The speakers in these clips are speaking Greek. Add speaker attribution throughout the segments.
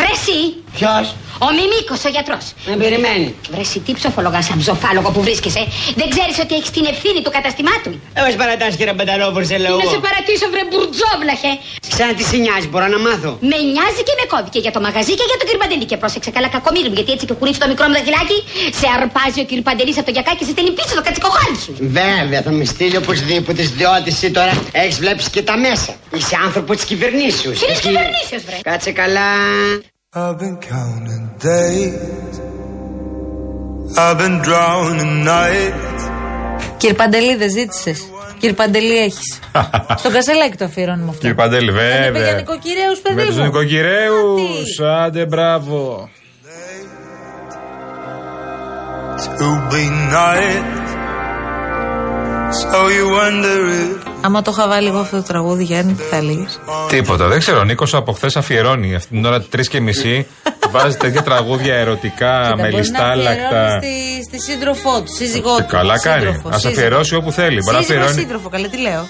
Speaker 1: Βρεσί!
Speaker 2: Ποιος
Speaker 1: Ο Μιμίκος, ο γιατρός.
Speaker 2: με περιμένει.
Speaker 1: Βρεσί, τι ψοφολογάς σαν ψοφάλογο που βρίσκεσαι. Δεν ξέρεις ότι έχεις την ευθύνη του καταστημάτου.
Speaker 2: Δεν μα Ε, παρατάς κύριε Πανταλόπουλο, σε λέω.
Speaker 1: Τι να σε
Speaker 2: εγώ.
Speaker 1: παρατήσω, βρε μπουρτζόβλαχε.
Speaker 2: Σαν τι σε νοιάζει, μπορώ να μάθω.
Speaker 1: Με νοιάζει και με κόβει και για το μαγαζί και για τον κύριο Παντελή. Και πρόσεξε καλά, κακομίρι μου, γιατί έτσι και κουρίφει το μικρό μου δαχτυλάκι. Σε αρπάζει ο κύριο Παντελής από το γιακά και σε στέλνει πίσω το κατσικοχάλι σου.
Speaker 2: Βέβαια, θα με στείλει οπωσδήποτε, διότι εσύ τώρα έχεις βλέψει και τα μέσα. Είσαι άνθρωπος της κυβερνήσεως.
Speaker 1: Τη κυβερνήσεως, βρε.
Speaker 2: Κάτσε καλά.
Speaker 3: I've been counting days. I've been drowning nights.
Speaker 4: Κύριε Παντελή, δεν ζήτησες. Κύριε Παντελή, έχεις. Στον κασελάκι το αφιερώνουμε αυτό.
Speaker 5: Κύριε Παντέλη,
Speaker 4: Δεν είπε για
Speaker 5: Ε, βέβαια.
Speaker 4: νοικοκυρέους, παιδί
Speaker 5: Με
Speaker 4: μου.
Speaker 5: τους νοικοκυρέους.
Speaker 4: Α,
Speaker 5: Άντε, μπράβο.
Speaker 3: To be nice. So you wonder if
Speaker 4: τι. Άμα το είχα βάλει εγώ αυτό το τραγούδι, Γιάννη, τι θα έλεγες.
Speaker 5: Τίποτα. Δεν ξέρω. Ο Νίκος από χθες αφιερώνει αυτή την ώρα τρεις και μισή. Βάζει τέτοια τραγούδια ερωτικά, με λιστάλακτα.
Speaker 4: Στη, στη σύντροφό του, σύζυγό
Speaker 5: Και
Speaker 4: του.
Speaker 5: Ε, Καλά κάνει.
Speaker 4: Σύντροφο,
Speaker 5: Ας
Speaker 4: σύζυγο.
Speaker 5: αφιερώσει όπου θέλει. Μπορεί να
Speaker 4: Σύζυγο ή
Speaker 5: αφιερώνει.
Speaker 4: σύντροφο, καλά, τι λέω.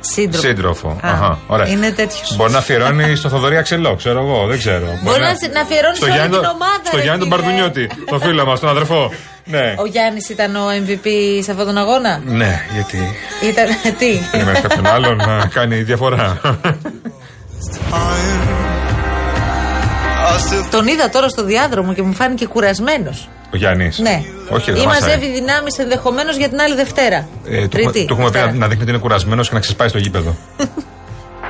Speaker 4: Σύντροφο.
Speaker 5: Σύντροφο.
Speaker 4: Ας,
Speaker 5: Αχα, ωραία.
Speaker 4: Είναι τέτοιος.
Speaker 5: Μπορεί να αφιερώνει στο Θοδωρή Αξελό, ξέρω εγώ, δεν ξέρω.
Speaker 4: να σε- να αφιερώνεις σε όλη την ομάδα,
Speaker 5: Στο
Speaker 4: ρε
Speaker 5: Γιάννη τον
Speaker 4: φίλε.
Speaker 5: Παρδουνιώτη, τον φίλο μας, τον αδερφό. Ναι.
Speaker 4: Ο Γιάννης ήταν ο MVP σε αυτόν τον αγώνα.
Speaker 5: Ναι, γιατί.
Speaker 4: Ήταν. Τι.
Speaker 5: Περιμένει κάποιον άλλον ναι. να κάνει διαφορά.
Speaker 3: time. I still
Speaker 4: Τον είδα τώρα στο διάδρομο και μου φάνηκε κουρασμένος.
Speaker 5: Ο Γιάννης.
Speaker 4: Ναι.
Speaker 5: Όχι,
Speaker 4: Ή
Speaker 5: δεν μας
Speaker 4: μαζεύει
Speaker 5: άρεσε.
Speaker 4: δυνάμεις ενδεχομένως για την άλλη Δευτέρα.
Speaker 5: Ε, του, έχουμε-
Speaker 4: Τρίτη.
Speaker 5: του έχουμε πει να,
Speaker 4: Δευτέρα.
Speaker 5: να δείχνει ότι είναι κουρασμένος και να ξεσπάει στο γήπεδο.
Speaker 3: did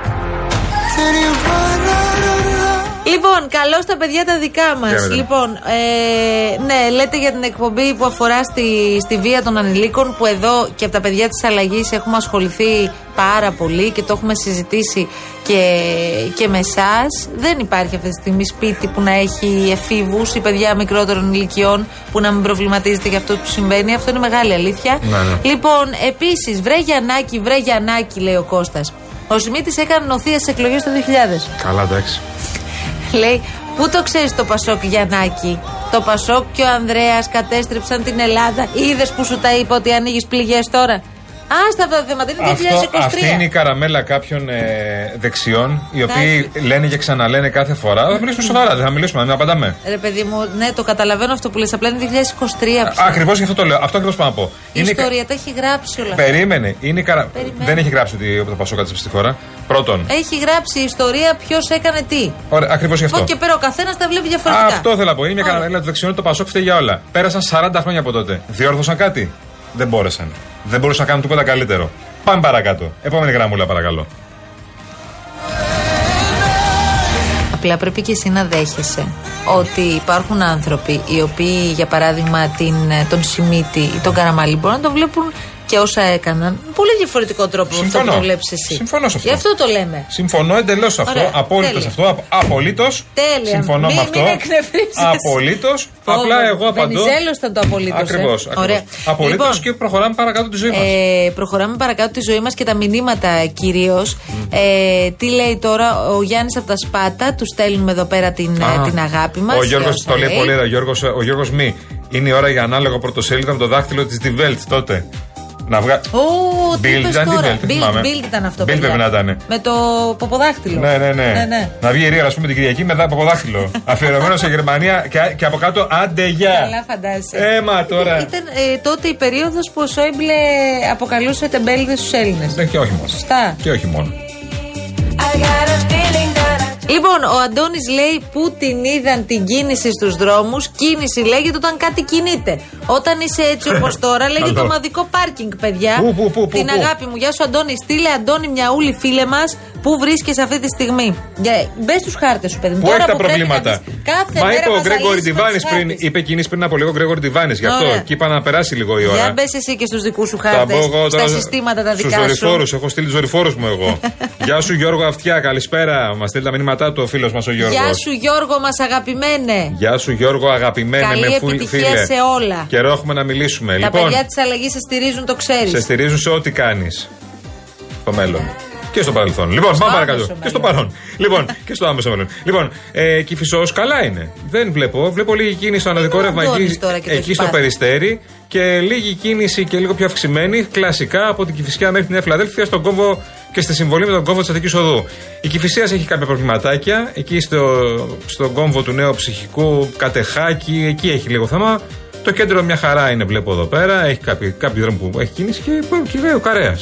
Speaker 3: you run out of love?
Speaker 4: Λοιπόν, καλώς τα παιδιά τα δικά μας.
Speaker 5: Χαίρετε.
Speaker 4: Λοιπόν, ε, ναι, λέτε για την εκπομπή που αφορά στη, στη βία των ανηλίκων, που εδώ και από τα παιδιά της αλλαγής έχουμε ασχοληθεί πάρα πολύ και το έχουμε συζητήσει και, και με εσάς. Δεν υπάρχει αυτή τη στιγμή σπίτι που να έχει εφήβους ή παιδιά μικρότερων ηλικιών που να μην προβληματίζεται για αυτό που συμβαίνει. Αυτό είναι μεγάλη αλήθεια.
Speaker 5: Ναι, ναι.
Speaker 4: Λοιπόν, επίσης, βρε Γιαννάκη, βρε Γιαννάκη, λέει ο Κώστας. Ο Σιμίτης έκανε νοθεία στις εκλογές του 2000.
Speaker 5: Καλά, εντάξει.
Speaker 4: Λέει, πού το ξέρεις το Πασόκ Γιαννάκη. Το Πασόκ και ο Ανδρέας κατέστρεψαν την Ελλάδα. Είδες που σου τα είπα ότι ανοίγεις πληγές τώρα. Άστα αυτά τα θέματα. Είναι 2023.
Speaker 5: αυτή είναι η καραμέλα κάποιων ε, δεξιών, οι οποίοι λένε και ξαναλένε κάθε φορά. Θα μιλήσουμε σοβαρά, δεν θα μιλήσουμε, δεν απαντάμε.
Speaker 4: Ρε παιδί μου, ναι, το καταλαβαίνω αυτό που λες, απλά είναι 2023. πια.
Speaker 5: Ακριβώς γι' αυτό το λέω. Αυτό ακριβώς πάω να πω.
Speaker 4: η
Speaker 5: Είναι η κα-
Speaker 4: ιστορία τα έχει γράψει όλα. αυτά.
Speaker 5: Περίμενε. Είναι η καρα...
Speaker 4: Περιμένε.
Speaker 5: Δεν έχει γράψει ότι το Πασόκ κατέστρεψε τη χώρα. Πρώτον.
Speaker 4: Έχει γράψει η ιστορία ποιος έκανε τι.
Speaker 5: Ωραία, ακριβώς γι'
Speaker 4: Από
Speaker 5: αυτό.
Speaker 4: εκεί και πέρα ο καθένας τα βλέπει διαφορετικά.
Speaker 5: Αυτό θέλω να πω. Είναι μια
Speaker 4: Ωραία.
Speaker 5: καραμέλα του δεξιών το Πασόκ φταίει για όλα. Πέρασαν 40 χρόνια από τότε. Διόρθωσαν κάτι. Δεν μπόρεσαν. Δεν μπορούσαν να κάνουν τίποτα καλύτερο. Πάμε παρακάτω. Επόμενη γραμμούλα, παρακαλώ.
Speaker 4: Απλά πρέπει και εσύ να δέχεσαι ότι υπάρχουν άνθρωποι οι οποίοι, για παράδειγμα, την, ε, τον Σιμίτη ή τον Καραμαλή μπορούν να το βλέπουν και όσα έκαναν. με Πολύ διαφορετικό τρόπο από αυτό που
Speaker 5: Συμφωνώ.
Speaker 4: το βλέπεις εσύ.
Speaker 5: Συμφωνώ σε αυτό.
Speaker 4: Γι' αυτό το λέμε.
Speaker 5: Συμφωνώ εντελώς αυτό.
Speaker 4: Ωραία,
Speaker 5: Απόλυτος
Speaker 4: τέλεια.
Speaker 5: αυτό. Απολύτως.
Speaker 4: Τέλεια.
Speaker 5: Συμφωνώ
Speaker 4: Μη- μην
Speaker 5: με αυτό.
Speaker 4: εκνευρίζεσαι.
Speaker 5: Απολύτως.
Speaker 4: Πω,
Speaker 5: Απλά
Speaker 4: πω,
Speaker 5: εγώ απαντώ.
Speaker 4: Βενιζέλος ήταν το απολύτως, ε.
Speaker 5: Ακριβώς.
Speaker 4: Ωραία.
Speaker 5: Απολύτως
Speaker 4: Λοιπόν.
Speaker 5: και προχωράμε παρακάτω τη ζωή μας.
Speaker 4: Ε, προχωράμε παρακάτω τη ζωή μας και τα μηνύματα κυρίως. Ε, τι λέει τώρα ο Γιάννης από τα Σπάτα, του στέλνουμε εδώ πέρα την,
Speaker 5: Α,
Speaker 4: ε, την αγάπη ε, μας.
Speaker 5: Ο Γιώργος το λέει πολύ, ρε, ο Γιώργος, ε, ο Γιώργος Μη. Είναι η ώρα για ανάλογο πρωτοσέλιδο με το δάχτυλο της Die Welt τότε. Να βγάλει.
Speaker 4: Ω, τι
Speaker 5: Build
Speaker 4: είπες
Speaker 5: ήταν,
Speaker 4: τώρα.
Speaker 5: build,
Speaker 4: Build,
Speaker 5: θυμάμαι.
Speaker 4: build ήταν αυτό.
Speaker 5: Build
Speaker 4: παιδιά.
Speaker 5: πρέπει να ήταν.
Speaker 4: Με το ποποδάχτυλο.
Speaker 5: Ναι, ναι, ναι. Να βγει η Ρία, ας πούμε, την Κυριακή μετά από δάχτυλο. Αφιερωμένο σε Γερμανία και, και από κάτω άντε γεια.
Speaker 4: Καλά, φαντάζεσαι.
Speaker 5: Έμα Ε, τώρα.
Speaker 4: Ήταν ε, τότε η περίοδος που ο Σόιμπλε αποκαλούσε τεμπέληδε στου Έλληνε.
Speaker 5: Ναι, και όχι μόνο.
Speaker 4: Σωστά.
Speaker 5: Και όχι μόνο.
Speaker 4: Λοιπόν, ο Αντώνης λέει πού την είδαν την κίνηση στους δρόμους. Κίνηση λέγεται όταν κάτι κινείται. Όταν είσαι έτσι όπως τώρα, λέγεται
Speaker 5: Καλό.
Speaker 4: ομαδικό πάρκινγκ, παιδιά.
Speaker 5: Πού, πού, πού, πού,
Speaker 4: την
Speaker 5: πού.
Speaker 4: αγάπη μου. Γεια σου, Αντώνη. Στείλε, Αντώνη, μιαούλη, φίλε μας, πού βρίσκεσαι αυτή τη στιγμή. Για- Μπες στους χάρτες σου, παιδί μου.
Speaker 5: Πού
Speaker 4: Τώρα
Speaker 5: έχει τα
Speaker 4: που πρέπει να
Speaker 5: προβλήματα.
Speaker 4: πεις, Κάθε
Speaker 5: Μα
Speaker 4: μέρα
Speaker 5: είπε ο
Speaker 4: μας
Speaker 5: Γκρέγκορη
Speaker 4: αλύσεις με
Speaker 5: Τιβάνη
Speaker 4: τους
Speaker 5: πριν,
Speaker 4: χάρτες.
Speaker 5: είπε εκείνης πριν από λίγο ο Γκρέγκορη Τιβάνη γι' αυτό.
Speaker 4: Ωραία.
Speaker 5: Και είπα να περάσει λίγο η
Speaker 4: Για
Speaker 5: ώρα.
Speaker 4: μπες εσύ και στους δικούς σου
Speaker 5: Θα μπω
Speaker 4: χάρτε.
Speaker 5: εγώ
Speaker 4: Στα
Speaker 5: τώρα
Speaker 4: συστήματα τα
Speaker 5: στους
Speaker 4: δικά σου.
Speaker 5: δορυφόρους. Έχω στείλει του δορυφόρου μου εγώ. Γεια σου Γιώργο Αυτιά, καλησπέρα. Μας στέλνει τα μηνύματά του ο φίλος μας ο Γιώργος.
Speaker 4: Γεια σου, Γιώργο μας, αγαπημένε.
Speaker 5: Γεια σου Γιώργο, αγαπημένε
Speaker 4: Καλή
Speaker 5: με φου-
Speaker 4: επιτυχία
Speaker 5: φίλε.
Speaker 4: σε όλα.
Speaker 5: Καιρό έχουμε να μιλήσουμε.
Speaker 4: Τα
Speaker 5: λοιπόν,
Speaker 4: παιδιά της αλλαγής σε στηρίζουν, το ξέρεις.
Speaker 5: σε στηρίζουν σε ό,τι κάνεις. Το μέλλον. Και στο παρελθόν. Λοιπόν, πάμε παρακάτω.
Speaker 4: άμεσο
Speaker 5: Και στο παρόν. Λοιπόν, και στο άμεσο μέλλον. Λοιπόν, ε, κυφισό καλά είναι. Δεν βλέπω. Βλέπω λίγη κίνηση στο αναδικό
Speaker 4: ο
Speaker 5: ρεύμα
Speaker 4: Αντώνης
Speaker 5: εκεί,
Speaker 4: τώρα και το
Speaker 5: εκεί
Speaker 4: έχει
Speaker 5: στο
Speaker 4: πάρει.
Speaker 5: περιστέρι και λίγη κίνηση και λίγο πιο αυξημένη κλασικά από την Κυφυσιά μέχρι την Νέα Φιλαδέλφια στον κόμβο και στη συμβολή με τον κόμβο της Αττικής Οδού. Η Κυφυσία έχει κάποια προβληματάκια. Εκεί στο, στον κόμβο του νέου ψυχικού, κατεχάκι, εκεί έχει λίγο θέμα. Το κέντρο μια χαρά είναι, βλέπω εδώ πέρα. Έχει κάποιο, κάποιο δρόμο που έχει κίνηση και, και βέβαια ο Καρέας.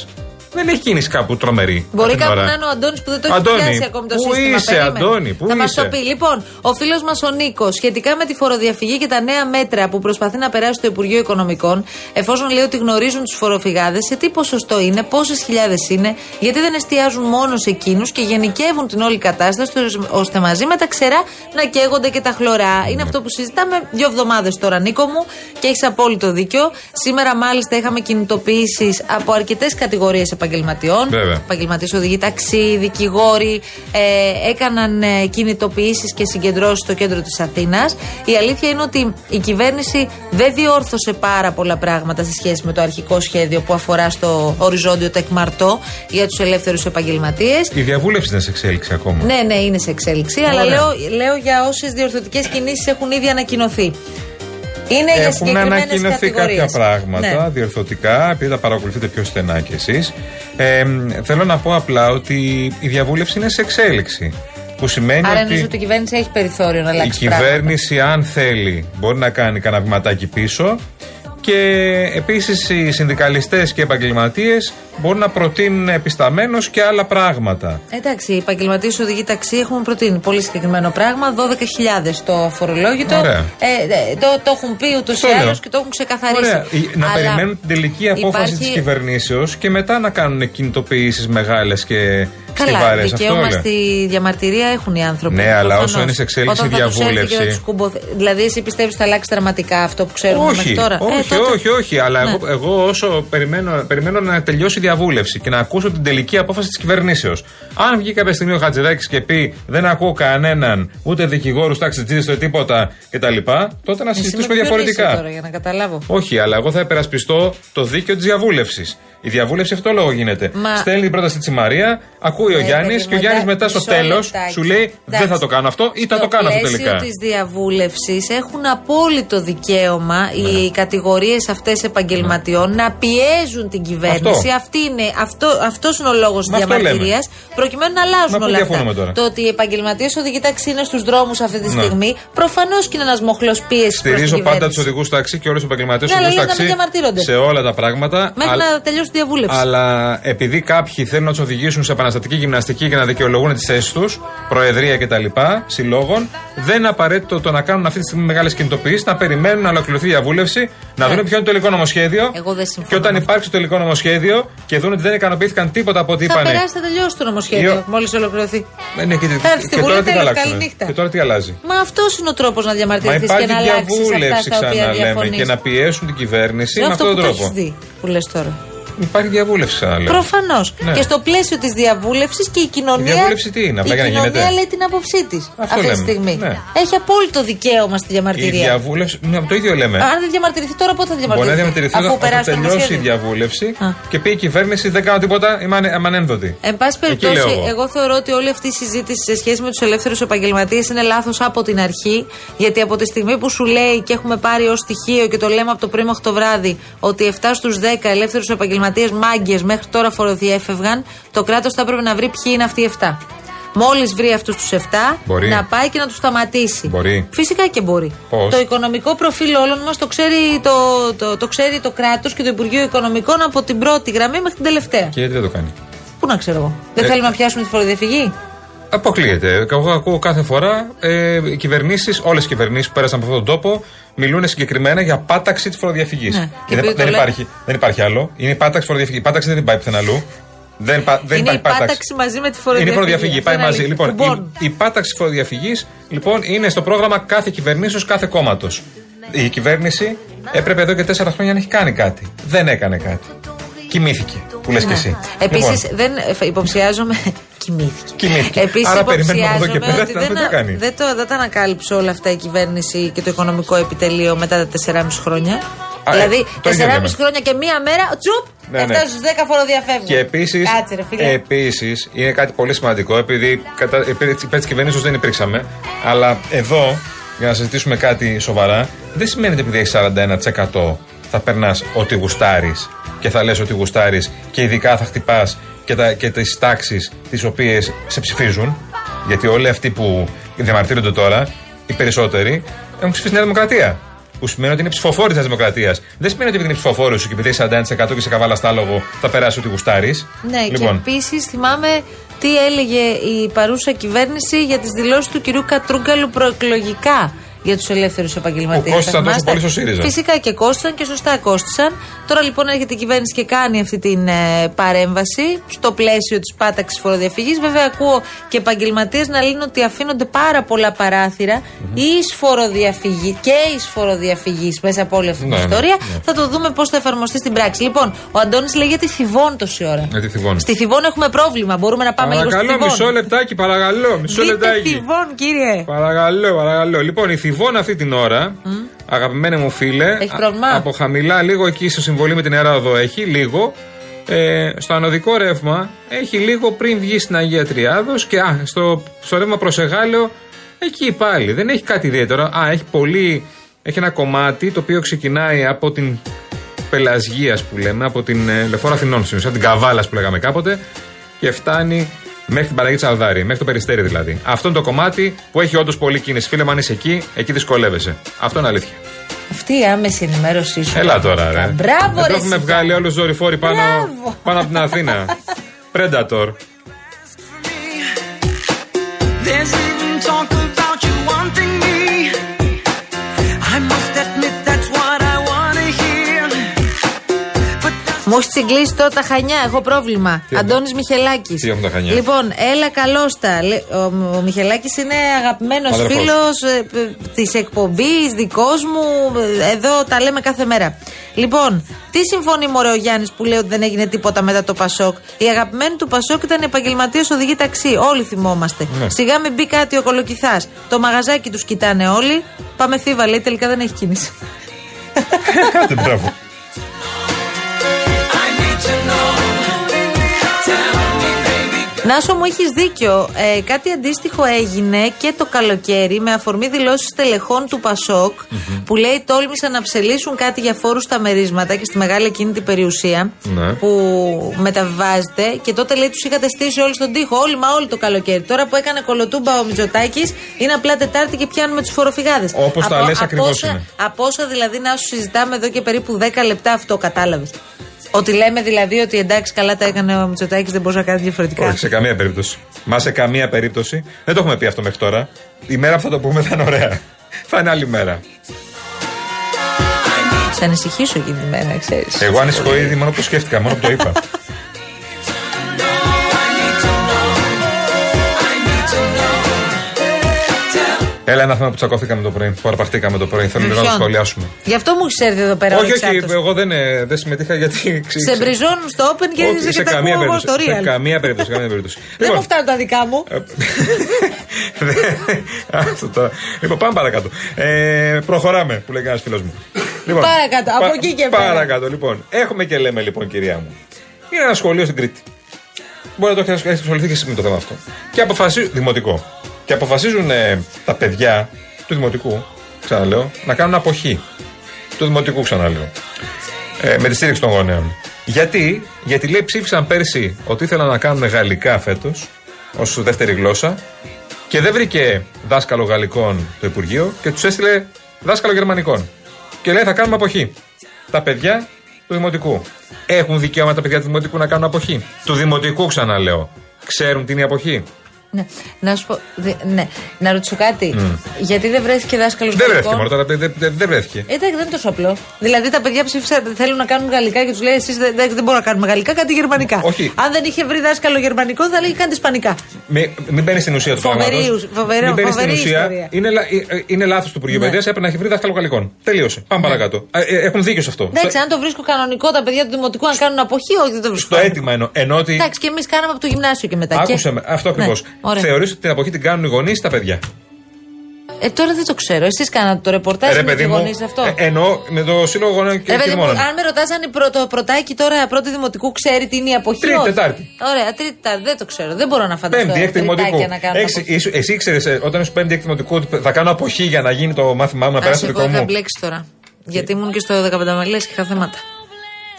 Speaker 5: Δεν έχει κίνηση κάπου τρομερή.
Speaker 4: Μπορεί
Speaker 5: αυτή την
Speaker 4: κάπου
Speaker 5: ώρα.
Speaker 4: να είναι ο Αντώνης που δεν το έχει
Speaker 5: Αντώνη,
Speaker 4: πιάσει ακόμη το
Speaker 5: πού
Speaker 4: σύστημα.
Speaker 5: είσαι,
Speaker 4: Περίμενε.
Speaker 5: Αντώνη, πού
Speaker 4: Θα μας
Speaker 5: είσαι?
Speaker 4: το πει. Λοιπόν, ο φίλος μας ο Νίκος, σχετικά με τη φοροδιαφυγή και τα νέα μέτρα που προσπαθεί να περάσει το Υπουργείο Οικονομικών, εφόσον λέει ότι γνωρίζουν τους φοροφυγάδες, σε τι ποσοστό είναι, πόσες χιλιάδες είναι, γιατί δεν εστιάζουν μόνο σε εκείνους και γενικεύουν την όλη κατάσταση, ώστε μαζί με τα ξερά να καίγονται και τα χλωρά. Είναι αυτό που συζητάμε δύο εβδομάδες τώρα, Νίκο μου, και έχεις απόλυτο δίκιο. Σήμερα, μάλιστα, είχαμε κινητοποιήσεις από αρκετές κατηγορίες επαγγελματιών.
Speaker 5: Βέβαια.
Speaker 4: Επαγγελματίες οδηγοί ταξί, δικηγόροι ε, έκαναν ε, κινητοποιήσεις και συγκεντρώσεις στο κέντρο της Αθήνας. Η αλήθεια είναι ότι η κυβέρνηση δεν διόρθωσε πάρα πολλά πράγματα σε σχέση με το αρχικό σχέδιο που αφορά στο οριζόντιο τεκμαρτό για τους ελεύθερους επαγγελματίες.
Speaker 5: Η διαβούλευση είναι σε εξέλιξη ακόμα.
Speaker 4: Ναι, ναι, είναι σε εξέλιξη, αλλά λέω, λέω για όσες διορθωτικές κινήσεις έχουν ήδη ανακοινωθεί. Είναι Ε, για
Speaker 5: Έχουν
Speaker 4: συγκεκριμένες
Speaker 5: ανακοινωθεί κάποια
Speaker 4: κατηγορίες.
Speaker 5: πράγματα
Speaker 4: Ναι.
Speaker 5: διορθωτικά, επειδή τα παρακολουθείτε πιο στενά κι εσείς. Ε, θέλω να πω απλά ότι η διαβούλευση είναι σε εξέλιξη. Που σημαίνει
Speaker 4: Άρα
Speaker 5: ότι
Speaker 4: νομίζω ότι η κυβέρνηση έχει περιθώριο να
Speaker 5: η
Speaker 4: αλλάξει πράγματα.
Speaker 5: κυβέρνηση, αν θέλει, μπορεί να κάνει κανένα βηματάκι πίσω. Και επίσης οι συνδικαλιστές και οι επαγγελματίες μπορούν να προτείνουν επισταμένω και άλλα πράγματα.
Speaker 4: Εντάξει, οι επαγγελματίες οδηγοί ταξί έχουν προτείνει πολύ συγκεκριμένο πράγμα. 12.000 το φορολόγητο.
Speaker 5: Ωραία.
Speaker 4: Ε, ε, το, το έχουν πει ούτως
Speaker 5: Το
Speaker 4: ή άλλω
Speaker 5: λέω.
Speaker 4: και το έχουν ξεκαθαρίσει.
Speaker 5: Ωραία. Ή- Να
Speaker 4: Αλλά
Speaker 5: περιμένουν την τελική απόφαση
Speaker 4: υπάρχει-
Speaker 5: τη κυβερνήσεως και μετά να κάνουν κινητοποιήσεις μεγάλες και
Speaker 4: Καλά,
Speaker 5: στιβάρες.
Speaker 4: δικαίωμα στη διαμαρτυρία έχουν οι άνθρωποι.
Speaker 5: Ναι, αλλά
Speaker 4: προφανώς.
Speaker 5: όσο είναι σε εξέλιξη
Speaker 4: Όταν θα τους έρθει
Speaker 5: διαβούλευση.
Speaker 4: και θα τους κουμποθε- Δηλαδή, εσύ πιστεύεις θα αλλάξει δραματικά αυτό που ξέρουμε μέχρι
Speaker 5: Όχι,
Speaker 4: τώρα. Ε,
Speaker 5: όχι,
Speaker 4: τότε-
Speaker 5: όχι, όχι, αλλά
Speaker 4: Ναι.
Speaker 5: εγώ, εγώ όσο περιμένω, περιμένω να τελειώσει η διαβούλευση και να ακούσω την τελική απόφαση της κυβερνήσεως. Αν βγει κάποια στιγμή ο Χατζηδάκης και πει Δεν ακούω κανέναν, ούτε δικηγόρους, ταξιτζίδε, ούτε τίποτα κτλ., τότε
Speaker 4: Εσύ
Speaker 5: να
Speaker 4: με
Speaker 5: συζητήσουμε
Speaker 4: επιβεβαιώνεις
Speaker 5: διαφορετικά.
Speaker 4: Τώρα, για να καταλάβω.
Speaker 5: Όχι, αλλά εγώ θα υπερασπιστώ το δίκαιο της διαβούλευσης. Η διαβούλευση αυτό λόγο γίνεται.
Speaker 4: Μα-
Speaker 5: Στέλνει την πρόταση της Μαρία, ακούει ο
Speaker 4: Ναι,
Speaker 5: Γιάννη
Speaker 4: παιδί
Speaker 5: και ο
Speaker 4: μου,
Speaker 5: Γιάννη
Speaker 4: εντά-
Speaker 5: μετά στο
Speaker 4: μισό
Speaker 5: τέλος
Speaker 4: λεπτάκι.
Speaker 5: σου λέει Δεν
Speaker 4: Εντάξει.
Speaker 5: θα το κάνω αυτό ή θα
Speaker 4: Στο
Speaker 5: το κάνω αυτό
Speaker 4: πλαίσιο
Speaker 5: τελικά.
Speaker 4: της διαβούλευσης έχουν απόλυτο δικαίωμα
Speaker 5: Ναι.
Speaker 4: οι κατηγορίες αυτές επαγγελματιών να πιέζουν την κυβέρνηση.
Speaker 5: Αυτό.
Speaker 4: Αυτή είναι, αυτό αυτός είναι ο λόγος τη
Speaker 5: Μα αυτό
Speaker 4: διαμαρτυρίας. Προκειμένου να αλλάζουν
Speaker 5: Μα πού
Speaker 4: όλα αυτά.
Speaker 5: διαφωνούμε τώρα.
Speaker 4: Το ότι οι επαγγελματίες οδηγοί ταξί είναι στους δρόμους αυτή τη
Speaker 5: Ναι.
Speaker 4: στιγμή, προφανώς και είναι ένας μοχλός πίεσης. προς την
Speaker 5: Στηρίζω πάντα του
Speaker 4: κυβέρνηση.
Speaker 5: οδηγούς ταξί και όλους τους επαγγελματίες
Speaker 4: Ναι, αλλά
Speaker 5: οδηγού
Speaker 4: λέει να μην
Speaker 5: ταξί
Speaker 4: διαμαρτύρονται.
Speaker 5: σε όλα τα πράγματα.
Speaker 4: Μέχρι
Speaker 5: αλλά-
Speaker 4: να τελειώσει τη διαβούλευση.
Speaker 5: Αλλά επειδή κάποιοι θέλουν να τους οδηγήσουν σε επαναστατική γυμναστική για να δικαιολογούν τις θέσεις τους, προεδρία κτλ., συλλόγων, δεν είναι απαραίτητο το να κάνουν αυτή τη στιγμή μεγάλες κινητοποιήσεις, να περιμένουν να ολοκληρωθεί η διαβούλευση, να δουν ποιο είναι το τελικό νομοσχέδιο.
Speaker 4: Ναι. Εγώ δεν συμφωνώ
Speaker 5: Και όταν
Speaker 4: με αυτό.
Speaker 5: υπάρξει το τελικό νομοσχέδιο και δουν ότι δεν ικανοποιήθηκαν τίποτα από ό,τι
Speaker 4: θα
Speaker 5: είπανε.
Speaker 4: περάσει, θα τελειώσει το νομοσχέδιο
Speaker 5: Ιο-
Speaker 4: μόλις ολοκληρωθεί.
Speaker 5: Ε, ναι, και,
Speaker 4: Θα έρθει στη
Speaker 5: και
Speaker 4: Βουλή,
Speaker 5: τώρα τι θα
Speaker 4: τέλος,
Speaker 5: αλλάξουν.
Speaker 4: καληνύχτα.
Speaker 5: Και τώρα τι αλλάζει.
Speaker 4: Μα αυτός είναι ο τρόπος να
Speaker 5: Μα
Speaker 4: διαμαρτυρηθεί και
Speaker 5: υπάρχει
Speaker 4: να αλλάξεις αυτά
Speaker 5: διαβούλευση,
Speaker 4: τα οποία
Speaker 5: ξαναλέμε, και να
Speaker 4: διαφωνείς.
Speaker 5: πιέσουν την κυβέρνηση
Speaker 4: Είναι
Speaker 5: με
Speaker 4: αυτό
Speaker 5: αυτόν
Speaker 4: που
Speaker 5: τον
Speaker 4: το έχει
Speaker 5: τρόπο.
Speaker 4: δει, που λες τώρα.
Speaker 5: Υπάρχει διαβούλευση, ξαναλέμε.
Speaker 4: Προφανώς.
Speaker 5: Ναι.
Speaker 4: Και στο πλαίσιο της διαβούλευσης και η κοινωνία.
Speaker 5: Η διαβούλευση τι είναι,
Speaker 4: η
Speaker 5: απλά για να
Speaker 4: κοινωνία
Speaker 5: γίνεται.
Speaker 4: λέει την άποψή της αυτή
Speaker 5: λέμε,
Speaker 4: τη στιγμή.
Speaker 5: ναι.
Speaker 4: Έχει απόλυτο δικαίωμα στη
Speaker 5: Η
Speaker 4: διαμαρτυρία.
Speaker 5: διαβούλευση. Ναι, το ίδιο λέμε.
Speaker 4: Αν δεν διαμαρτυρηθεί τώρα, πότε θα διαμαρτυρηθεί.
Speaker 5: Μπορεί να διαμαρτυρηθεί
Speaker 4: αφού
Speaker 5: όταν
Speaker 4: περάσει το
Speaker 5: τελειώσει η
Speaker 4: νομοσχέδιο.
Speaker 5: διαβούλευση
Speaker 4: Α. Ε.
Speaker 5: και πει η κυβέρνηση δεν κάνω τίποτα, είμαι ανε- είμαι ανένδοτη.
Speaker 4: Εν πάση
Speaker 5: Εκεί
Speaker 4: περιπτώσει,
Speaker 5: λέω
Speaker 4: εγώ. θεωρώ ότι όλη αυτή η συζήτηση σε σχέση με τους ελεύθερους επαγγελματίες είναι λάθος από την αρχή. Γιατί από τη στιγμή που σου λέει και έχουμε πάρει ως στοιχείο και το λέμε από το πρωί μέχρι το βράδυ ότι 7 στου 10 ελεύθερους επαγγελματίες μάγκες μέχρι τώρα φοροδιέφευγαν, το κράτος θα έπρεπε να βρει ποιοι είναι αυτοί οι 7. Μόλις βρει αυτούς τους 7,
Speaker 5: Μπορεί.
Speaker 4: να πάει και να τους σταματήσει.
Speaker 5: Μπορεί.
Speaker 4: Φυσικά και μπορεί.
Speaker 5: Πώς?
Speaker 4: Το οικονομικό προφίλ όλων μας το ξέρει το, το, το, ξέρει το κράτος και το Υπουργείο Οικονομικών από την πρώτη γραμμή μέχρι την τελευταία.
Speaker 5: Και γιατί δεν το κάνει.
Speaker 4: Πού να ξέρω εγώ. Δεν
Speaker 5: Ε,
Speaker 4: θέλουμε να πιάσουμε τη φοροδιαφυγή.
Speaker 5: Αποκλείεται. Εγώ ακούω κάθε φορά ε, κυβερνήσεις, όλες οι κυβερνήσεις που πέρασαν από αυτόν τον τόπο, μιλούν συγκεκριμένα για πάταξη της φοροδιαφυγής.
Speaker 4: Ναι. Και
Speaker 5: Δεν,
Speaker 4: επειδή το
Speaker 5: δεν,
Speaker 4: λένε-
Speaker 5: υπάρχει, δεν υπάρχει άλλο. Είναι η πάταξη φοροδιαφυγής. Η πάταξη δεν πάει πουθενά αλλού. Δεν, πα- δεν
Speaker 4: είναι η
Speaker 5: υπάρχει
Speaker 4: πάταξη. μαζί με τη φοροδιαφυγή.
Speaker 5: Είναι η φοροδιαφυγή,
Speaker 4: Αυτό
Speaker 5: πάει
Speaker 4: είναι
Speaker 5: μαζί.
Speaker 4: αλήθεια.
Speaker 5: Λοιπόν,
Speaker 4: Κουμπών.
Speaker 5: η, η πάταξη φοροδιαφυγής λοιπόν, είναι στο πρόγραμμα κάθε κυβερνήσεως, κάθε κόμματος.
Speaker 4: Ναι.
Speaker 5: Η κυβέρνηση έπρεπε εδώ και τέσσερα χρόνια να έχει κάνει κάτι. Δεν έκανε κάτι. Κοιμήθηκε, που λες και εσύ.
Speaker 4: Επίσης,
Speaker 5: Λοιπόν,
Speaker 4: ναι. δεν ε, υποψιάζομαι. Κοιμήθηκε.
Speaker 5: Κοιμήθηκε.
Speaker 4: Επίσης,
Speaker 5: Άρα περιμένουμε από εδώ και
Speaker 4: υποψιάζομαι
Speaker 5: πέρα
Speaker 4: ότι
Speaker 5: να δούμε
Speaker 4: δεν,
Speaker 5: τι
Speaker 4: α-
Speaker 5: κάνει.
Speaker 4: δεν, το, δεν τα ανακάλυψε όλα αυτά η κυβέρνηση και το οικονομικό επιτελείο μετά τα 4,5 χρόνια.
Speaker 5: Α, ε,
Speaker 4: δηλαδή,
Speaker 5: το ίδιο
Speaker 4: 4,5
Speaker 5: λέμε.
Speaker 4: χρόνια και μία μέρα, τσουπ,
Speaker 5: Ναι,
Speaker 4: δεν
Speaker 5: ναι.
Speaker 4: φτάσω στου 10 φοροδιαφεύγουν.
Speaker 5: Και ε, επίσης.
Speaker 4: Κάτσε, ρε φίλε.
Speaker 5: Επίσης, είναι κάτι πολύ σημαντικό, επειδή κατά, επί- υπέρ της κυβερνήσεω δεν υπήρξαμε. Αλλά εδώ, για να συζητήσουμε κάτι σοβαρά, δεν σημαίνει ότι επειδή έχεις 41% θα περνάς ό,τι γουστάρεις και θα λες ότι γουστάρεις και ειδικά θα χτυπάς και, τα- και τις τάξεις τις οποίες σε ψηφίζουν. Γιατί όλοι αυτοί που διαμαρτύρονται τώρα, οι περισσότεροι, έχουν ψηφίσει τη Νέα Δημοκρατία. Που σημαίνει ότι είναι ψηφοφόροι της Δημοκρατίας. Δεν σημαίνει ότι επειδή είναι ψηφοφόρος σου και επειδή έχει 41% και σε καβάλα στάλογο θα περάσει ό,τι γουστάρεις.
Speaker 4: Ναι, και
Speaker 5: λοιπόν,
Speaker 4: επίσης θυμάμαι τι έλεγε η παρούσα κυβέρνηση για τις δηλώσεις του κυρίου Κατρούγκαλου προεκλογικά για τους ελεύθερους επαγγελματίες.
Speaker 5: Που κόστησαν τόσο πολύ στο ΣΥΡΙΖΑ.
Speaker 4: Φυσικά και κόστησαν και σωστά κόστησαν. Τώρα λοιπόν έρχεται η κυβέρνηση και κάνει αυτή την ε, παρέμβαση στο πλαίσιο της πάταξης φοροδιαφυγής. Βέβαια, ακούω και επαγγελματίες να λένε ότι αφήνονται πάρα πολλά παράθυρα εις φοροδιαφυγή και εις φοροδιαφυγής μέσα από όλη αυτή την
Speaker 5: Ναι, ναι,
Speaker 4: ιστορία.
Speaker 5: ναι.
Speaker 4: Θα το δούμε πώς θα εφαρμοστεί στην πράξη. Λοιπόν, ο Αντώνης λέει γιατί θυβών τόση ώρα.
Speaker 5: γιατί θυγώνει.
Speaker 4: Στη Θιβών έχουμε πρόβλημα. Μπορούμε να πάμε λίγο στη
Speaker 5: Ε, Παρακαλώ,
Speaker 4: Θιβών.
Speaker 5: μισό λεπτάκι, παρακαλώ, μισό
Speaker 4: Δείτε
Speaker 5: λεπτάκι.
Speaker 4: Θιβών, κύριε.
Speaker 5: Παρακαλώ, παρακαλώ. Λοιπόν, η Θιβών αυτή την ώρα, αγαπημένη μου φίλε,
Speaker 4: Έχεις πρόβλημα?
Speaker 5: α- από χαμηλά λίγο εκεί στο συμβολή με την αέρα εδώ έχει λίγο. Ε, στο ανωδικό ρεύμα έχει λίγο πριν βγει στην Αγία Τριάδος και α, στο, στο ρεύμα προς Εγάλεο εκεί πάλι. Δεν έχει κάτι ιδιαίτερο. Α, έχει πολύ. Έχει ένα κομμάτι το οποίο ξεκινάει από την πελασγία που λέμε, από την ε, Λεφόρα Αθηνών, στην ουσία την Καβάλα που λέγαμε κάποτε, και φτάνει μέχρι την Παραγή Τσαλδάρη, μέχρι το Περιστέρι δηλαδή. Αυτό είναι το κομμάτι που έχει όντως πολύ κίνηση. Φίλε, μου, αν είσαι εκεί, εκεί δυσκολεύεσαι. Αυτό είναι αλήθεια.
Speaker 4: Αυτή η άμεση ενημέρωσή σου.
Speaker 5: Έλα τώρα, ρε.
Speaker 4: Μπράβο,
Speaker 5: Δεν
Speaker 4: ρε.
Speaker 5: το έχουμε
Speaker 4: εσύ.
Speaker 5: βγάλει όλου δορυφόροι πάνω,
Speaker 4: Μπράβο.
Speaker 5: πάνω από την Αθήνα. Predator.
Speaker 6: There's even talk about you wanting me. I must admit that's what I wanna hear. But that's
Speaker 4: Μου έχει τσιγκλίσει τώρα τα χανιά, έχω πρόβλημα.
Speaker 5: Τι έχουν-
Speaker 4: Αντώνης Μιχελάκης.
Speaker 5: Τι έχουν τα Χανιά?
Speaker 4: Λοιπόν, έλα καλώστα. Λε- Ο, ο Μιχελάκης είναι ε, αγαπημένος
Speaker 5: Αδερφός.
Speaker 4: φίλος της εκπομπής, δικός μου. ε, Εδώ τα λέμε κάθε μέρα. Λοιπόν, τι συμφωνεί μωρέ ο Γιάννης που λέει ότι δεν έγινε τίποτα μετά το Πασόκ. Η αγαπημένη του Πασόκ ήταν επαγγελματίας οδηγή ταξί. Όλοι θυμόμαστε.
Speaker 5: Ναι.
Speaker 4: Σιγά μην μπει κάτι ο Κολοκυθάς. Το μαγαζάκι τους κοιτάνε όλοι. Πάμε θύβα, λέει τελικά δεν έχει κίνηση.
Speaker 5: Κάτι μπράβο.
Speaker 6: I need to know. Tell me, baby.
Speaker 4: Νάσο μου, έχεις δίκιο. Ε, κάτι αντίστοιχο έγινε και το καλοκαίρι με αφορμή δηλώσεις τελεχών του πασοκ που λέει τόλμησαν να ψελίσουν κάτι για φόρους στα μερίσματα και στη μεγάλη εκείνη την περιουσία
Speaker 5: Ναι.
Speaker 4: που μεταβιβάζεται. Και τότε λέει τους είχατε στήσει όλοι στον τοίχο. Όλοι μα όλοι το καλοκαίρι. Τώρα που έκανε κολοτούμπα ο Μιτζοτάκη είναι απλά Τετάρτη και πιάνουμε τους φοροφυγάδες.
Speaker 5: Όπως τα λες, ακριβώς είναι.
Speaker 4: Από όσα δηλαδή να σου συζητάμε εδώ και περίπου 10 λεπτά αυτό, κατάλαβες. Ότι λέμε δηλαδή ότι εντάξει, καλά τα έκανε ο Μητσοτάκης, δεν μπορούσε να κάνει διαφορετικά.
Speaker 5: Όχι, σε καμία περίπτωση. Μα σε καμία περίπτωση. Δεν το έχουμε πει αυτό μέχρι τώρα. Η μέρα που θα το πούμε θα είναι ωραία. Θα είναι άλλη μέρα.
Speaker 4: Θα ανησυχήσω εκείνη τη μέρα, ξέρεις.
Speaker 5: Εγώ ανησυχώ ήδη μόνο που το σκέφτηκα, μόνο που το είπα. Έλα ένα θέμα που τσακώθηκαμε το πρωί, που αρπαχτήκαμε το πρωί. Θέλω λίγο να το σχολιάσουμε.
Speaker 4: Γι' αυτό μου έχει έρθει εδώ πέρα ο
Speaker 5: όχι, όχι,
Speaker 4: Αλεξάνδρος.
Speaker 5: εγώ δεν, ε, δεν συμμετείχα γιατί. ξε-
Speaker 4: Σε
Speaker 5: ξε-
Speaker 4: μπριζώνουν στο Open και
Speaker 5: Όχι,
Speaker 4: δεν
Speaker 5: σε
Speaker 4: και τα ακούω
Speaker 5: καμία
Speaker 4: εγώ
Speaker 5: περίπτωση.
Speaker 4: στο
Speaker 5: Σε
Speaker 4: Real.
Speaker 5: καμία περίπτωση. σε καμία περίπτωση.
Speaker 4: Δεν
Speaker 5: Λοιπόν, Ε.
Speaker 4: μου φτάνουν τα δικά μου.
Speaker 5: δεν- άστο τώρα. Λοιπόν, πάμε παρακάτω. Ε, προχωράμε, που λέει ένας φίλος μου. Λοιπόν,
Speaker 4: Παρακάτω, από εκεί και πέρα.
Speaker 5: Παρακάτω, λοιπόν. Έχουμε και λέμε, λοιπόν, κυρία μου. Είναι ένα σχολείο στην Κρήτη. Μπορεί να το έχεις ασχοληθεί και εσύ με το θέμα αυτό. Και αποφασίζουν. Δημοτικό. Και αποφασίζουν ε, τα παιδιά του δημοτικού, ξαναλέω, να κάνουν αποχή. Του δημοτικού, ξαναλέω. Ε, με τη στήριξη των γονέων. Γιατί, γιατί λέει ψήφισαν πέρσι ότι ήθελαν να κάνουν γαλλικά φέτος ως δεύτερη γλώσσα και δεν βρήκε δάσκαλο γαλλικών το Υπουργείο και τους έστειλε δάσκαλο γερμανικών. Και λέει θα κάνουμε αποχή. Τα παιδιά του Δημοτικού. Έχουν δικαίωμα τα παιδιά του Δημοτικού να κάνουν αποχή. Του Δημοτικού ξαναλέω. Ξέρουν τι είναι η αποχή.
Speaker 4: Ναι. Να σου πω. δε- ναι. Να ρωτήσω κάτι. Γιατί δεν βρέθηκε δάσκαλος
Speaker 5: Δεν βρέθηκε μόνο τώρα. Δεν δεν- δεν βρέθηκε.
Speaker 4: Εντάξει, δεν είναι τόσο απλό. Δηλαδή τα παιδιά ψήφισαν, θέλουν να κάνουν γαλλικά και τους λέει: Εσείς δεν, δεν μπορούμε να κάνουμε γαλλικά, κάντε γερμανικά.
Speaker 5: Όχι.
Speaker 4: Αν δεν είχε βρει δάσκαλο γερμανικό, θα λέει: Κάντε ισπανικά.
Speaker 5: Μη- Μην μπαίνει στην ουσία του
Speaker 4: Φοβερή
Speaker 5: πράγματος.
Speaker 4: ουσ- φοβερό-
Speaker 5: Μην μπαίνεις
Speaker 4: φοβερή
Speaker 5: στην ουσία.
Speaker 4: ιστορία.
Speaker 5: Είναι, λα- ε, ε, είναι λάθος του Υπουργείου
Speaker 4: Ναι.
Speaker 5: Παιδείας. Έπρεπε να έχει βρει δάσκαλο γαλλικών. Τελείωσε. Πάμε παρακάτω. Α, ε, Έχουν δίκιο σε αυτό.
Speaker 4: Εντάξει, αν το βρίσκω κανονικό τα παιδιά του Δημοτικού, αν κάνουν αποχή, όχι δεν το βρίσκω.
Speaker 5: Το αίτημα εννοώ. Ενώ ότι.
Speaker 4: Εντάξει, και εμείς κάναμε από το γυμνάσιο και μετά.
Speaker 5: Άκουσε
Speaker 4: και...
Speaker 5: με, αυτό ακριβώ.
Speaker 4: Ναι, ωραία.
Speaker 5: Θεωρείς ότι την αποχή την κάνουν οι γονείς τα παιδιά.
Speaker 4: Ε, τώρα δεν το ξέρω. Εσείς κάνατε το ρεπορτάζ
Speaker 5: Ρε
Speaker 4: με
Speaker 5: παιδί
Speaker 4: τους
Speaker 5: μου,
Speaker 4: γονείς αυτό.
Speaker 5: ε, εννοώ με το σύλλογο γονέων και
Speaker 4: Ρε παιδί μου,
Speaker 5: επιστημόνων.
Speaker 4: αν με ρωτάς αν η πρώτο, πρωτάκι τώρα πρώτη δημοτικού ξέρει τι είναι η αποχή.
Speaker 5: Τρίτη,
Speaker 4: όχι.
Speaker 5: Τετάρτη.
Speaker 4: Ωραία, τρίτη, τετάρτη. Δεν το ξέρω. Δεν μπορώ να φανταστώ.
Speaker 5: Πέμπτη, έκτη
Speaker 4: τριτάκια
Speaker 5: δημοτικού.
Speaker 4: να κάνουν
Speaker 5: Έξι-
Speaker 4: αποχή.
Speaker 5: ίσου- Εσύ ήξερε όταν ήσουν πέμπτη έκτη δημοτικού ότι θα κάνω αποχή για να γίνει το μάθημά μου να
Speaker 4: Ας
Speaker 5: περάσει το
Speaker 4: εγώ
Speaker 5: δικό
Speaker 4: είχα
Speaker 5: μου.
Speaker 4: μπλέξει τώρα. Γιατί ήμουν και στο 15 μελέ και είχα θέματα.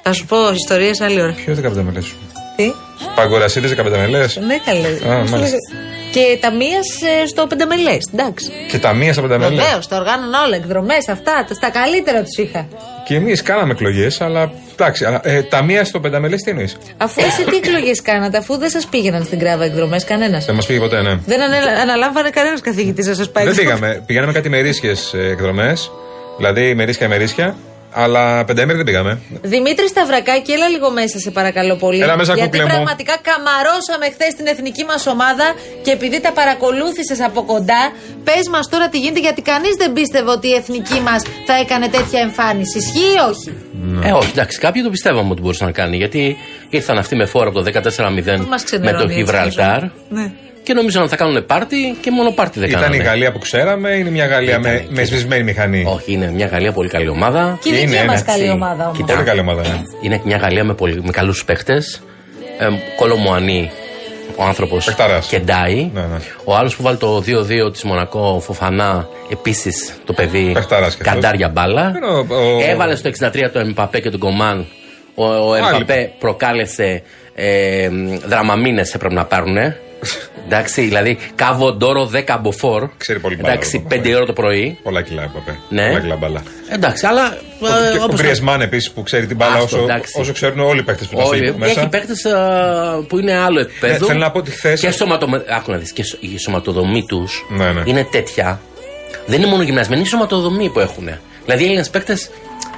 Speaker 4: Θα σου πω ιστορίες άλλη ώρα.
Speaker 5: Ποιο 15 μελέ σου.
Speaker 4: Τι.
Speaker 5: Παγκορασίλη 15 μελέ.
Speaker 4: Ναι, καλέ.
Speaker 5: Α, μάλιστα.
Speaker 4: Και ταμεία στο πενταμελές. Εντάξει.
Speaker 5: Και τα μίας στα 15 μελέ.
Speaker 4: Βεβαίω, τα οργάνωνα όλα, εκδρομές, αυτά. τα- Στα καλύτερα τους είχα.
Speaker 5: Και εμείς κάναμε εκλογές, αλλά εντάξει. Αλλά, ε, τα μίας στο πενταμελές τι εννοείς.
Speaker 4: Αφού εσύ τι εκλογές κάνατε, αφού δεν σας πήγαιναν στην κράβα εκδρομές κανένας.
Speaker 5: Δεν μας πήγε ποτέ, ναι.
Speaker 4: Δεν ανέλα- αναλάμβανε κανένας καθηγητή να σας πάει.
Speaker 5: Δεν πήγαμε. Πηγαίναμε κάτι μερίσχε εκδρομές. Δηλαδή μερίσχια μερίσχια. Αλλά πενταήμερη δεν πήγαμε.
Speaker 4: Δημήτρη Σταυρακάκη, έλα λίγο μέσα, σε παρακαλώ πολύ.
Speaker 5: Έλα μέσα,
Speaker 4: γιατί
Speaker 5: κούκλε μου.
Speaker 4: πραγματικά καμαρώσαμε χθες την εθνική μας ομάδα και επειδή τα παρακολούθησες από κοντά, πες μας τώρα τι γίνεται, γιατί κανείς δεν πίστευε ότι η εθνική μας θα έκανε τέτοια εμφάνιση. Ισχύει ή όχι.
Speaker 7: Ε, όχι, εντάξει, κάποιοι το πιστεύαμε ότι μπορούσαν να κάνει. Γιατί ήρθαν αυτοί με φόρα από το 14-0
Speaker 4: Δεν μας
Speaker 7: με
Speaker 4: ξενερώνει
Speaker 7: το
Speaker 4: έτσι,
Speaker 7: Γιβραλτάρ.
Speaker 4: νομίζω. Ναι.
Speaker 7: Και νομίζαν ότι θα κάνουν πάρτι και μόνο πάρτι δεν
Speaker 5: Ήταν
Speaker 7: κάνανε.
Speaker 5: η Γαλλία που ξέραμε, είναι μια Γαλλία
Speaker 7: Ήτανε,
Speaker 5: με,
Speaker 7: κοίτα.
Speaker 5: με σβησμένη μηχανή.
Speaker 7: Όχι, είναι μια Γαλλία πολύ καλή ομάδα.
Speaker 4: Και η
Speaker 5: Είναι,
Speaker 4: δική μα
Speaker 5: είναι.
Speaker 4: καλή
Speaker 7: Έτσι,
Speaker 4: ομάδα όμως.
Speaker 7: κοίτα.
Speaker 5: Πολύ καλή ομάδα, ναι.
Speaker 7: Είναι μια Γαλλία με, πολύ, με καλούς παίχτε. Ε, Κολομοανή ο άνθρωπος
Speaker 5: Παιχταράς.
Speaker 7: κεντάει.
Speaker 5: Ναι, ναι.
Speaker 7: Ο άλλος που βάλει το 2-2 της Μονακό, ο Φοφανά, επίσης το παιδί
Speaker 5: Παιχταράς και αυτός.
Speaker 7: καντάρια μπάλα.
Speaker 5: Είναι ο- ο-
Speaker 7: Έβαλε στο 63 το Εμπαπέ και τον Κομάν. Ο, ο Εμπαπέ προκάλεσε ε, δραμαμίνες έπρεπε να πάρουν. Εντάξει, δηλαδή κάβο ντόρο 10 μποφόρ.
Speaker 5: Ξέρει πολύ μπάλα, ο
Speaker 7: Εντάξει,
Speaker 5: Εμπαπέ.
Speaker 7: 5 ώρα το πρωί.
Speaker 5: Πολλά κιλά, είπαμε.
Speaker 7: Ναι.
Speaker 5: Πολλά κιλά μπαλά.
Speaker 7: Εντάξει, αλλά. ε,
Speaker 5: Και ο
Speaker 7: όπως-
Speaker 5: Γκριεσμάν επίσης που ξέρει την μπάλα
Speaker 7: Άστο,
Speaker 5: όσο,
Speaker 7: εντάξει.
Speaker 5: όσο ξέρουν όλοι οι παίχτε που τα
Speaker 7: Όλοι.
Speaker 5: στείλουν μέσα.
Speaker 7: Έχει παίκτε που είναι άλλο επίπεδο.
Speaker 5: Ναι, θέλω να πω ότι χθες-
Speaker 7: Και, σωματομε... Άκου να δεις, και σω- η σωματοδομή τους
Speaker 5: Ναι, ναι.
Speaker 7: είναι τέτοια. Δεν είναι μόνο γυμνασμένη, είναι η σωματοδομή που έχουν. Δηλαδή οι Έλληνες παίκτες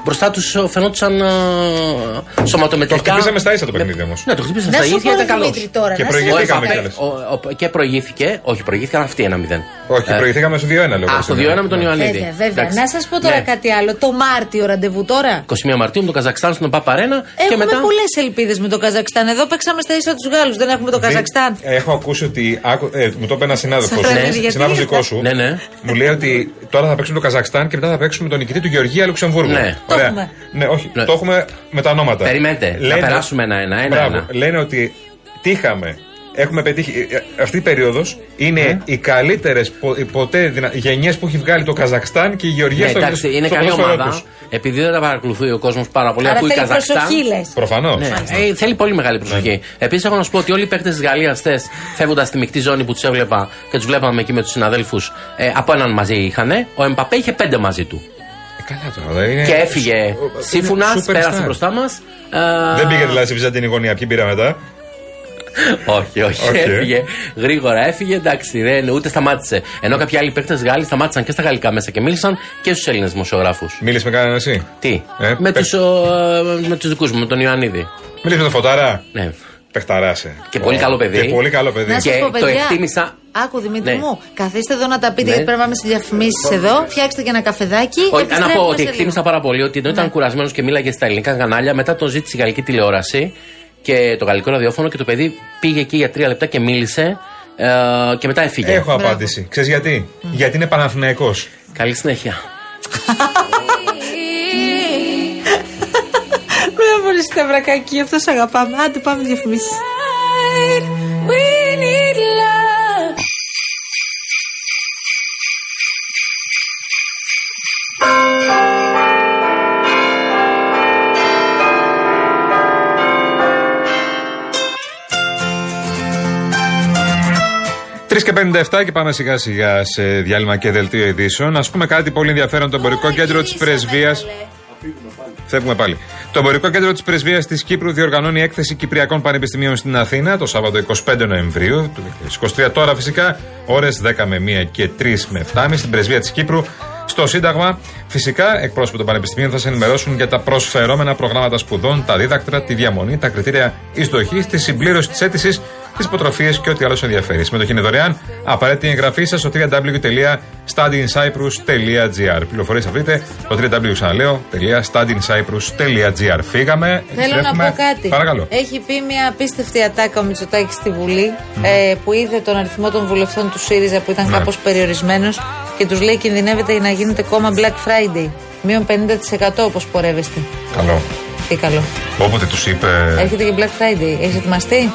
Speaker 7: μπροστά τους φαινόντουσαν ε,
Speaker 5: Το
Speaker 7: σωματομετρικά.
Speaker 5: χτυπήσαμε στα ίσα το παιχνίδι όμως.
Speaker 7: Ναι, το χτυπήσαμε
Speaker 4: Να
Speaker 7: στα
Speaker 4: σου
Speaker 7: ίδια, ήταν
Speaker 4: πω,
Speaker 7: καλός.
Speaker 4: Δημήτρη, τώρα.
Speaker 5: Και
Speaker 4: να σου
Speaker 7: Ο
Speaker 5: προηγήθηκαμε.
Speaker 4: πω.
Speaker 7: Εμπαπέ-
Speaker 5: κιόλας.
Speaker 7: ο- ο- Και προηγήθηκε, όχι, προηγήθηκαν αυτοί 1-0.
Speaker 5: Όχι,
Speaker 7: Ε,
Speaker 5: προηγηθήκαμε στο 2-1 λέω. Ναι.
Speaker 7: Α, στο 2-1 με τον Ιωαννίδη.
Speaker 4: Ε, Βέβαια, βέβαια.
Speaker 7: Εντάξει.
Speaker 4: Να σας πω τώρα
Speaker 7: Ναι.
Speaker 4: κάτι άλλο. Το Μάρτιο ραντεβού τώρα.
Speaker 7: 21 Μαρτίου με το Καζακστάν στον Παπαρένα και
Speaker 4: Έχουμε
Speaker 7: μετά.
Speaker 4: πολλές ελπίδες με το Καζακστάν. Εδώ παίξαμε στα ίσα τους Γάλλους. Δεν έχουμε το Καζακστάν.
Speaker 5: Ε, Έχω ακούσει ότι. άκου- ε, μου το είπε ένας συνάδελφος.
Speaker 4: Ναι. Γιατί
Speaker 5: Συνάδελφος
Speaker 4: ήρθα.
Speaker 5: δικός σου.
Speaker 7: Ναι, ναι.
Speaker 5: Μου λέει ότι τώρα θα παίξουμε το Καζακστάν και μετά θα παίξουμε τον νικητή του Γεωργία Λουξεμβούργου.
Speaker 7: Ναι.
Speaker 4: Το έχουμε.
Speaker 5: Ναι, όχι.
Speaker 7: Ναι.
Speaker 5: Το έχουμε με τα ονόματα.
Speaker 7: Περιμένετε, να περάσουμε ένα-ένα, ένα-ένα.
Speaker 5: Ναι. Μπράβο. Λένε ότι τύχαμε. Έχουμε πετύχει. ε, ε, Αυτή η περίοδος
Speaker 7: Ναι.
Speaker 5: είναι οι καλύτερες ποτέ δυνα... γενιές που έχει βγάλει το Καζακστάν και η Γεωργία
Speaker 7: Ναι,
Speaker 5: στο
Speaker 7: εντάξει, είναι
Speaker 5: στο
Speaker 7: καλή
Speaker 5: ποδόσφαιρό
Speaker 7: ομάδα.
Speaker 5: τους.
Speaker 7: Επειδή δεν τα παρακολουθεί ο κόσμος πάρα πολύ,
Speaker 4: Άρα
Speaker 7: ακούει
Speaker 4: θέλει
Speaker 7: Καζακστάν.
Speaker 4: προσοχή, λες.
Speaker 5: Προφανώς.
Speaker 7: Ναι, ε, θέλει πολύ μεγάλη προσοχή.
Speaker 5: Ναι.
Speaker 7: Επίσης, έχω να σου πω ότι όλοι οι παίκτες της Γαλλίας χθες, φεύγοντας στη μεικτή ζώνη που τους έβλεπα και τους βλέπαμε εκεί με τους συναδέλφους, ε, από έναν μαζί είχαν. Ο Εμπαπέ είχε πέντε μαζί του.
Speaker 5: Ε, Καλά τώρα. δεν είναι-
Speaker 7: και έφυγε
Speaker 5: Ο- ο-
Speaker 7: σύμφωνα,
Speaker 5: superstar.
Speaker 7: πέρασε μπροστά Ε, μας.
Speaker 5: Δεν πήγε δηλαδή στη Βυζαντινή γωνία. Ποιοι πήρα μετά.
Speaker 7: Όχι, όχι,
Speaker 5: Οκ.
Speaker 7: έφυγε. Γρήγορα έφυγε, εντάξει, δεν, ούτε σταμάτησε. Ενώ κάποιοι άλλοι παίκτες Γάλλοι σταμάτησαν και στα γαλλικά μέσα και μίλησαν και στους Έλληνες δημοσιογράφους.
Speaker 5: Μίλησε με κανέναν εσύ.
Speaker 7: Τι,
Speaker 5: Ε,
Speaker 7: με
Speaker 5: πε-
Speaker 7: τους, ο, ε, με τους δικούς μου, με τον Ιωαννίδη.
Speaker 5: Μίλησε με τον Φωτάρα.
Speaker 7: Ναι.
Speaker 5: Πεχταράσε.
Speaker 7: Και πολύ καλό παιδί.
Speaker 5: Και πολύ καλό παιδί.
Speaker 4: Να σας
Speaker 7: Και
Speaker 4: πω,
Speaker 7: το
Speaker 4: παιδιά.
Speaker 7: εκτίμησα.
Speaker 4: Άκου, Δημήτρη
Speaker 7: Ναι.
Speaker 4: μου, καθίστε εδώ να τα πείτε,
Speaker 7: Ναι.
Speaker 4: γιατί πρέπει να πάμε στι διαφημίσει εδώ. Φτιάξτε και ένα καφεδάκι.
Speaker 7: Όχι, να
Speaker 4: ε, Επιστρέφουμε
Speaker 7: πω
Speaker 4: σε
Speaker 7: ότι
Speaker 4: λίγο. Ναι.
Speaker 7: εκτίμησα πάρα πολύ ότι ενώ ήταν κουρασμένος και μίλαγε στα ελληνικά κανάλια, μετά τον ζήτησε η γαλλική τηλεόραση και το γαλλικό ραδιόφωνο και το παιδί πήγε εκεί για τρία λεπτά και μίλησε ε, και μετά έφυγε.
Speaker 5: Έχω απάντηση. Ξέρεις γιατί. Γιατί είναι Παναθηναϊκός.
Speaker 7: Καλή συνέχεια.
Speaker 4: Μην αφορήσει τα βρακάκι, αυτό σ' αγαπάμε. Άντε, πάμε διαφημίσεις.
Speaker 5: Τρεις και 57 και πάμε σιγά σιγά σε διάλειμμα και δελτίο ειδήσεων. Ας πούμε κάτι πολύ ενδιαφέρον. Το εμπορικό κέντρο της πρεσβεία. Φεύγουμε πάλι. Το εμπορικό κέντρο της πρεσβείας της Κύπρου διοργανώνει έκθεση Κυπριακών Πανεπιστημίων στην Αθήνα το Σάββατο 25 Νοεμβρίου του 2023. Τώρα φυσικά ώρες 10 με 1 και 3 με 7.30 στην πρεσβεία της Κύπρου. Στο Σύνταγμα, φυσικά, εκπρόσωποι των Πανεπιστημίων θα σε ενημερώσουν για τα προσφερόμενα προγράμματα σπουδών, τα δίδακτρα, τη διαμονή, τα κριτήρια εισδοχής, τη συμπλήρωση της αίτησης, τις υποτροφίες και ό,τι άλλος σε ενδιαφέρει. Η Συμμετοχή είναι δωρεάν. Απαραίτητη εγγραφή σας στο www.studyincyprus.gr. Πληροφορίες θα βρείτε στο www.studyincyprus.gr. Φύγαμε.
Speaker 4: Θέλω να
Speaker 5: επιστρέφουμε.
Speaker 4: πω κάτι.
Speaker 5: Ναι.
Speaker 4: Ε-
Speaker 5: Παρακαλώ.
Speaker 4: Έχει πει μια απίστευτη ατάκα ο Μητσοτάκης στη Βουλή ε, που είδε τον αριθμό των βουλευτών του ΣΥΡΙΖΑ που ήταν κάπως κάπως περιορισμένος και τους λέει κινδυνεύεται να γίνετε κόμμα Black Friday. Μείον 50% όπως πορεύεστε.
Speaker 5: Καλό.
Speaker 4: Τι καλό.
Speaker 5: Όποτε τους είπε.
Speaker 4: Έρχεται και Black Friday. Έχεις ετοιμαστεί.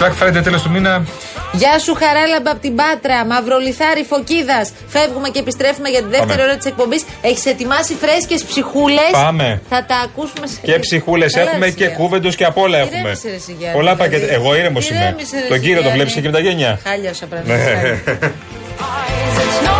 Speaker 5: Black Friday τέλος του μήνα.
Speaker 4: Γεια σου, Χαράλαμπα από την Πάτρα. Μαυρολιθάρη Φωκίδας. Φεύγουμε και επιστρέφουμε για τη δεύτερη
Speaker 5: Πάμε.
Speaker 4: ώρα της εκπομπής. Έχεις ετοιμάσει φρέσκες ψυχούλες.
Speaker 5: Πάμε.
Speaker 4: Θα τα ακούσουμε σε
Speaker 5: Και ψυχούλες
Speaker 4: Καλά,
Speaker 5: έχουμε
Speaker 4: ρε,
Speaker 5: και
Speaker 4: Σιγιάννη.
Speaker 5: κούβεντος και απ' όλα
Speaker 4: Ηρέμησε,
Speaker 5: έχουμε.
Speaker 4: ρε, Σιγιάννη,
Speaker 5: Πολλά
Speaker 4: δηλαδή.
Speaker 5: πακέτα. Εγώ ήρεμος είμαι.
Speaker 4: Ηρέμησε, ρε,
Speaker 5: Τον κύριο τον
Speaker 4: Σιγιάννη.
Speaker 5: βλέπεις και με τα γένια.
Speaker 4: Χάλια όσα πράγματα.
Speaker 5: Ναι.
Speaker 4: χάλια.
Speaker 6: It's no